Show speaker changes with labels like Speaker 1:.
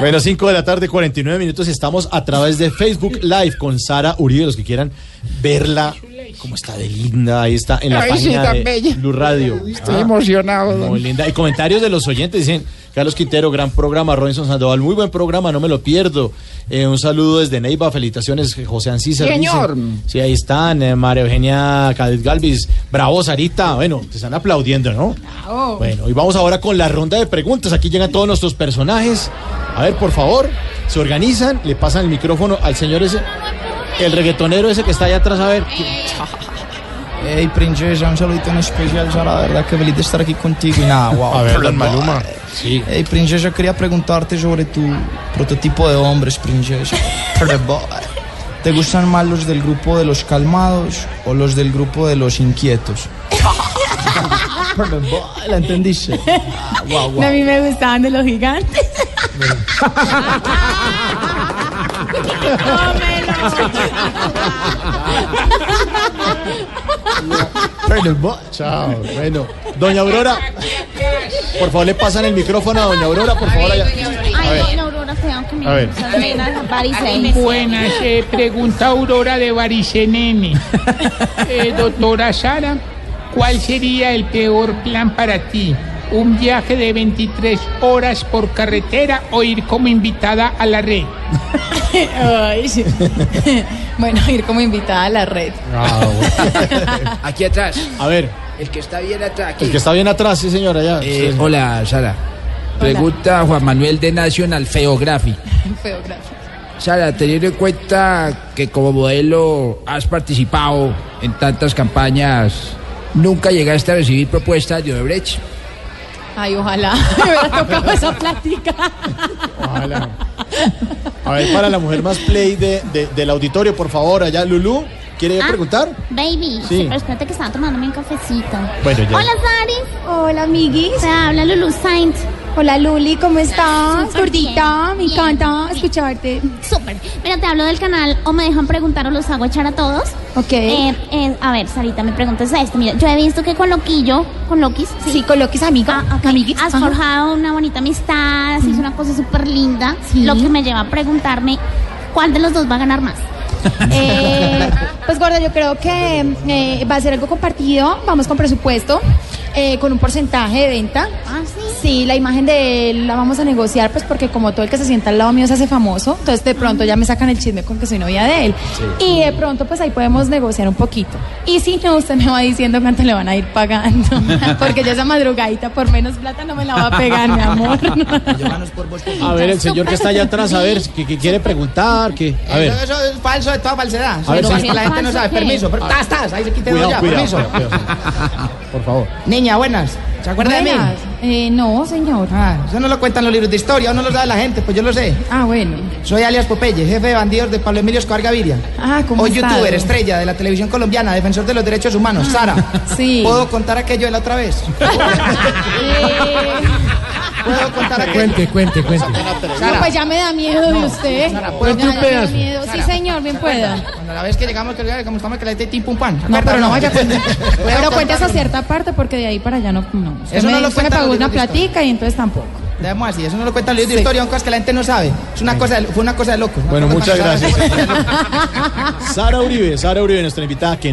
Speaker 1: Bueno, 5 de la tarde, 49 minutos. Estamos a través de Facebook Live con Sara Uribe. Los que quieran verla, cómo está de linda. Ahí está en la
Speaker 2: Ay, sí,
Speaker 1: página
Speaker 2: tan
Speaker 1: de
Speaker 2: bella.
Speaker 1: Blue Radio.
Speaker 2: Estoy
Speaker 1: Ah,
Speaker 2: emocionado. don.
Speaker 1: muy linda. Y comentarios de los oyentes dicen: Carlos Quintero, gran programa. Robinson Sandoval, muy buen programa, no me lo pierdo. Eh, un saludo desde Neiva, felicitaciones, José Ancícer. dice.
Speaker 2: Señor.
Speaker 1: Sí, ahí están. eh, María Eugenia Cádiz Galvis, bravo, Sarita. Bueno, te están aplaudiendo, ¿no?
Speaker 2: Oh,
Speaker 1: Bueno, y vamos ahora con la ronda de preguntas. Aquí llegan todos nuestros personajes. A ver, por favor, se organizan, le pasan el micrófono al señor ese, el reggaetonero ese que está allá atrás. A ver,
Speaker 3: Hey, princesa, un saludito en especial, Sara, la verdad que feliz de estar aquí contigo. Y nada, wow.
Speaker 1: A ver,
Speaker 3: Perdón,
Speaker 1: Maluma.
Speaker 3: ay.
Speaker 1: Sí.
Speaker 3: Hey, princesa, quería preguntarte sobre tu prototipo de hombres, princesa. Perdón. ¿Te gustan más los del grupo de los calmados o los del grupo de los inquietos? Perdón, ¿la entendiste? Ah, wow, wow.
Speaker 4: A mí me gustaban de los gigantes.
Speaker 1: Bueno, bo- Chao. Bueno, doña Aurora, por favor, le pasan el micrófono a doña Aurora, por favor. allá. A ver.
Speaker 4: Ay, no, Aurora, cuidado que me
Speaker 1: A ver.
Speaker 4: salen varices.
Speaker 5: Buenas, eh, pregunta Aurora de Baricenene. Eh, doctora Sara, ¿cuál sería el peor plan para ti? ¿Un viaje de 23 horas por carretera o ir como invitada a la red?
Speaker 4: Ay, sí. Bueno, ir como invitada a la red.
Speaker 1: Ah, bueno.
Speaker 6: Aquí atrás,
Speaker 1: A ver,
Speaker 6: el que está bien atrás.
Speaker 1: el
Speaker 6: Aquí.
Speaker 1: que está bien atrás, sí, señora, allá.
Speaker 6: Eh,
Speaker 1: Sí, sí.
Speaker 6: hola, Sara. Pregunta a Juan Manuel de National Geographic.
Speaker 4: Feo, gracias.
Speaker 6: Sara, teniendo en cuenta que como modelo has participado en tantas campañas, nunca llegaste a recibir propuestas de Odebrecht.
Speaker 4: Ay, ojalá. Me hubiera tocado esa plática.
Speaker 1: Ojalá. A ver, para la mujer más play de- de- del auditorio, por favor, allá, Lulú, ¿quiere preguntar?
Speaker 7: Baby,
Speaker 1: Sí.
Speaker 7: pero espérate que estaba tomándome un cafecito.
Speaker 1: Bueno, ya.
Speaker 7: Hola, Sari.
Speaker 8: Hola, amiguis.
Speaker 7: Te habla Lulu Saint.
Speaker 8: Hola, Luli, ¿cómo estás?
Speaker 7: Súper bien,
Speaker 8: Gordita, Ah, me
Speaker 7: bien,
Speaker 8: encanta
Speaker 7: bien.
Speaker 8: escucharte.
Speaker 7: Súper. Mira, te hablo del canal o me dejan preguntar o los hago echar a todos.
Speaker 8: Ok.
Speaker 7: Eh, eh, a ver, Sarita, me preguntas a esto. Mira, yo he visto que con Loquillo, con Loquis,
Speaker 8: sí, coloques amigo.
Speaker 7: Ah, ok.
Speaker 8: amiguis.
Speaker 7: Has
Speaker 8: Ajá.
Speaker 7: forjado una bonita amistad, has hecho una cosa súper linda.
Speaker 8: Sí.
Speaker 7: Lo que me lleva a preguntarme cuál de los dos va a ganar más.
Speaker 8: Eh, pues, gorda, yo creo que eh, va a ser algo compartido. Vamos con presupuesto, eh, con un porcentaje de venta.
Speaker 7: Ah, sí.
Speaker 8: Sí, la imagen de él la vamos a negociar, pues porque como todo el que se sienta al lado mío se hace famoso, entonces de pronto ya me sacan el chisme con que soy novia de él. Y de pronto, pues ahí podemos negociar un poquito. Y si no, usted me va diciendo cuánto le van a ir pagando, porque yo esa madrugadita por menos plata no me la va a pegar, mi amor.
Speaker 1: A ver, el señor que está allá atrás, a ver, que, que quiere preguntar, que... A ver,
Speaker 3: Eso es falso de toda falsedad.
Speaker 1: A ver,
Speaker 3: Pero
Speaker 1: sí.
Speaker 3: es que la gente no sabe.
Speaker 7: ¿Falso qué?
Speaker 3: Permiso. pero- tas, tas, ahí se quita
Speaker 1: cuidado,
Speaker 3: ya.
Speaker 1: cuidado,
Speaker 3: Permiso.
Speaker 1: cuidado, Por favor.
Speaker 3: Niña, buenas. ¿Se acuerda de mí?
Speaker 8: Buenas. Eh, no, señor.
Speaker 3: Ah, eso no lo cuentan los libros de historia, o no lo sabe la gente, pues yo lo sé.
Speaker 8: Ah, bueno.
Speaker 3: Soy alias Popeye, jefe de bandidos de Pablo Emilio Escobar Gaviria.
Speaker 8: Ah, ¿cómo
Speaker 3: Hoy
Speaker 8: está?
Speaker 3: youtuber, estrella de la televisión colombiana, defensor de los derechos humanos, Sara.
Speaker 8: sí. Eh,
Speaker 3: ¿Puedo contar aquello de la otra vez? ¿Puedo contar aquello?
Speaker 6: Cuente, cuente, cuente.
Speaker 8: No, pues ya me da miedo de usted.
Speaker 3: Sara, pues,
Speaker 8: Ya, ya me da
Speaker 3: pedazo.
Speaker 8: miedo. Sí,
Speaker 3: Sara,
Speaker 8: señor, bien pueda.
Speaker 3: Cuando la vez que llegamos, que llegamos, estamos que la de tim pum pan.
Speaker 8: No, pero no vaya a
Speaker 3: ¿Puedo
Speaker 8: contar. Pero cuenta esa
Speaker 3: contar?
Speaker 8: cierta parte porque de ahí para allá no. no. Usted
Speaker 3: Eso
Speaker 8: me,
Speaker 3: no lo
Speaker 8: usted me
Speaker 3: cuenta
Speaker 8: pagó
Speaker 3: los
Speaker 8: una
Speaker 3: libros de
Speaker 8: platica y entonces tampoco.
Speaker 3: Debemos así, eso no lo cuentan los libros
Speaker 8: Sí.
Speaker 3: de historia, son cosas que la gente no sabe. Es una cosa de- fue una cosa de loco.
Speaker 1: Bueno, muchas gracias.
Speaker 3: gracias.
Speaker 1: Sara Uribe, Sara Uribe, nuestra invitada que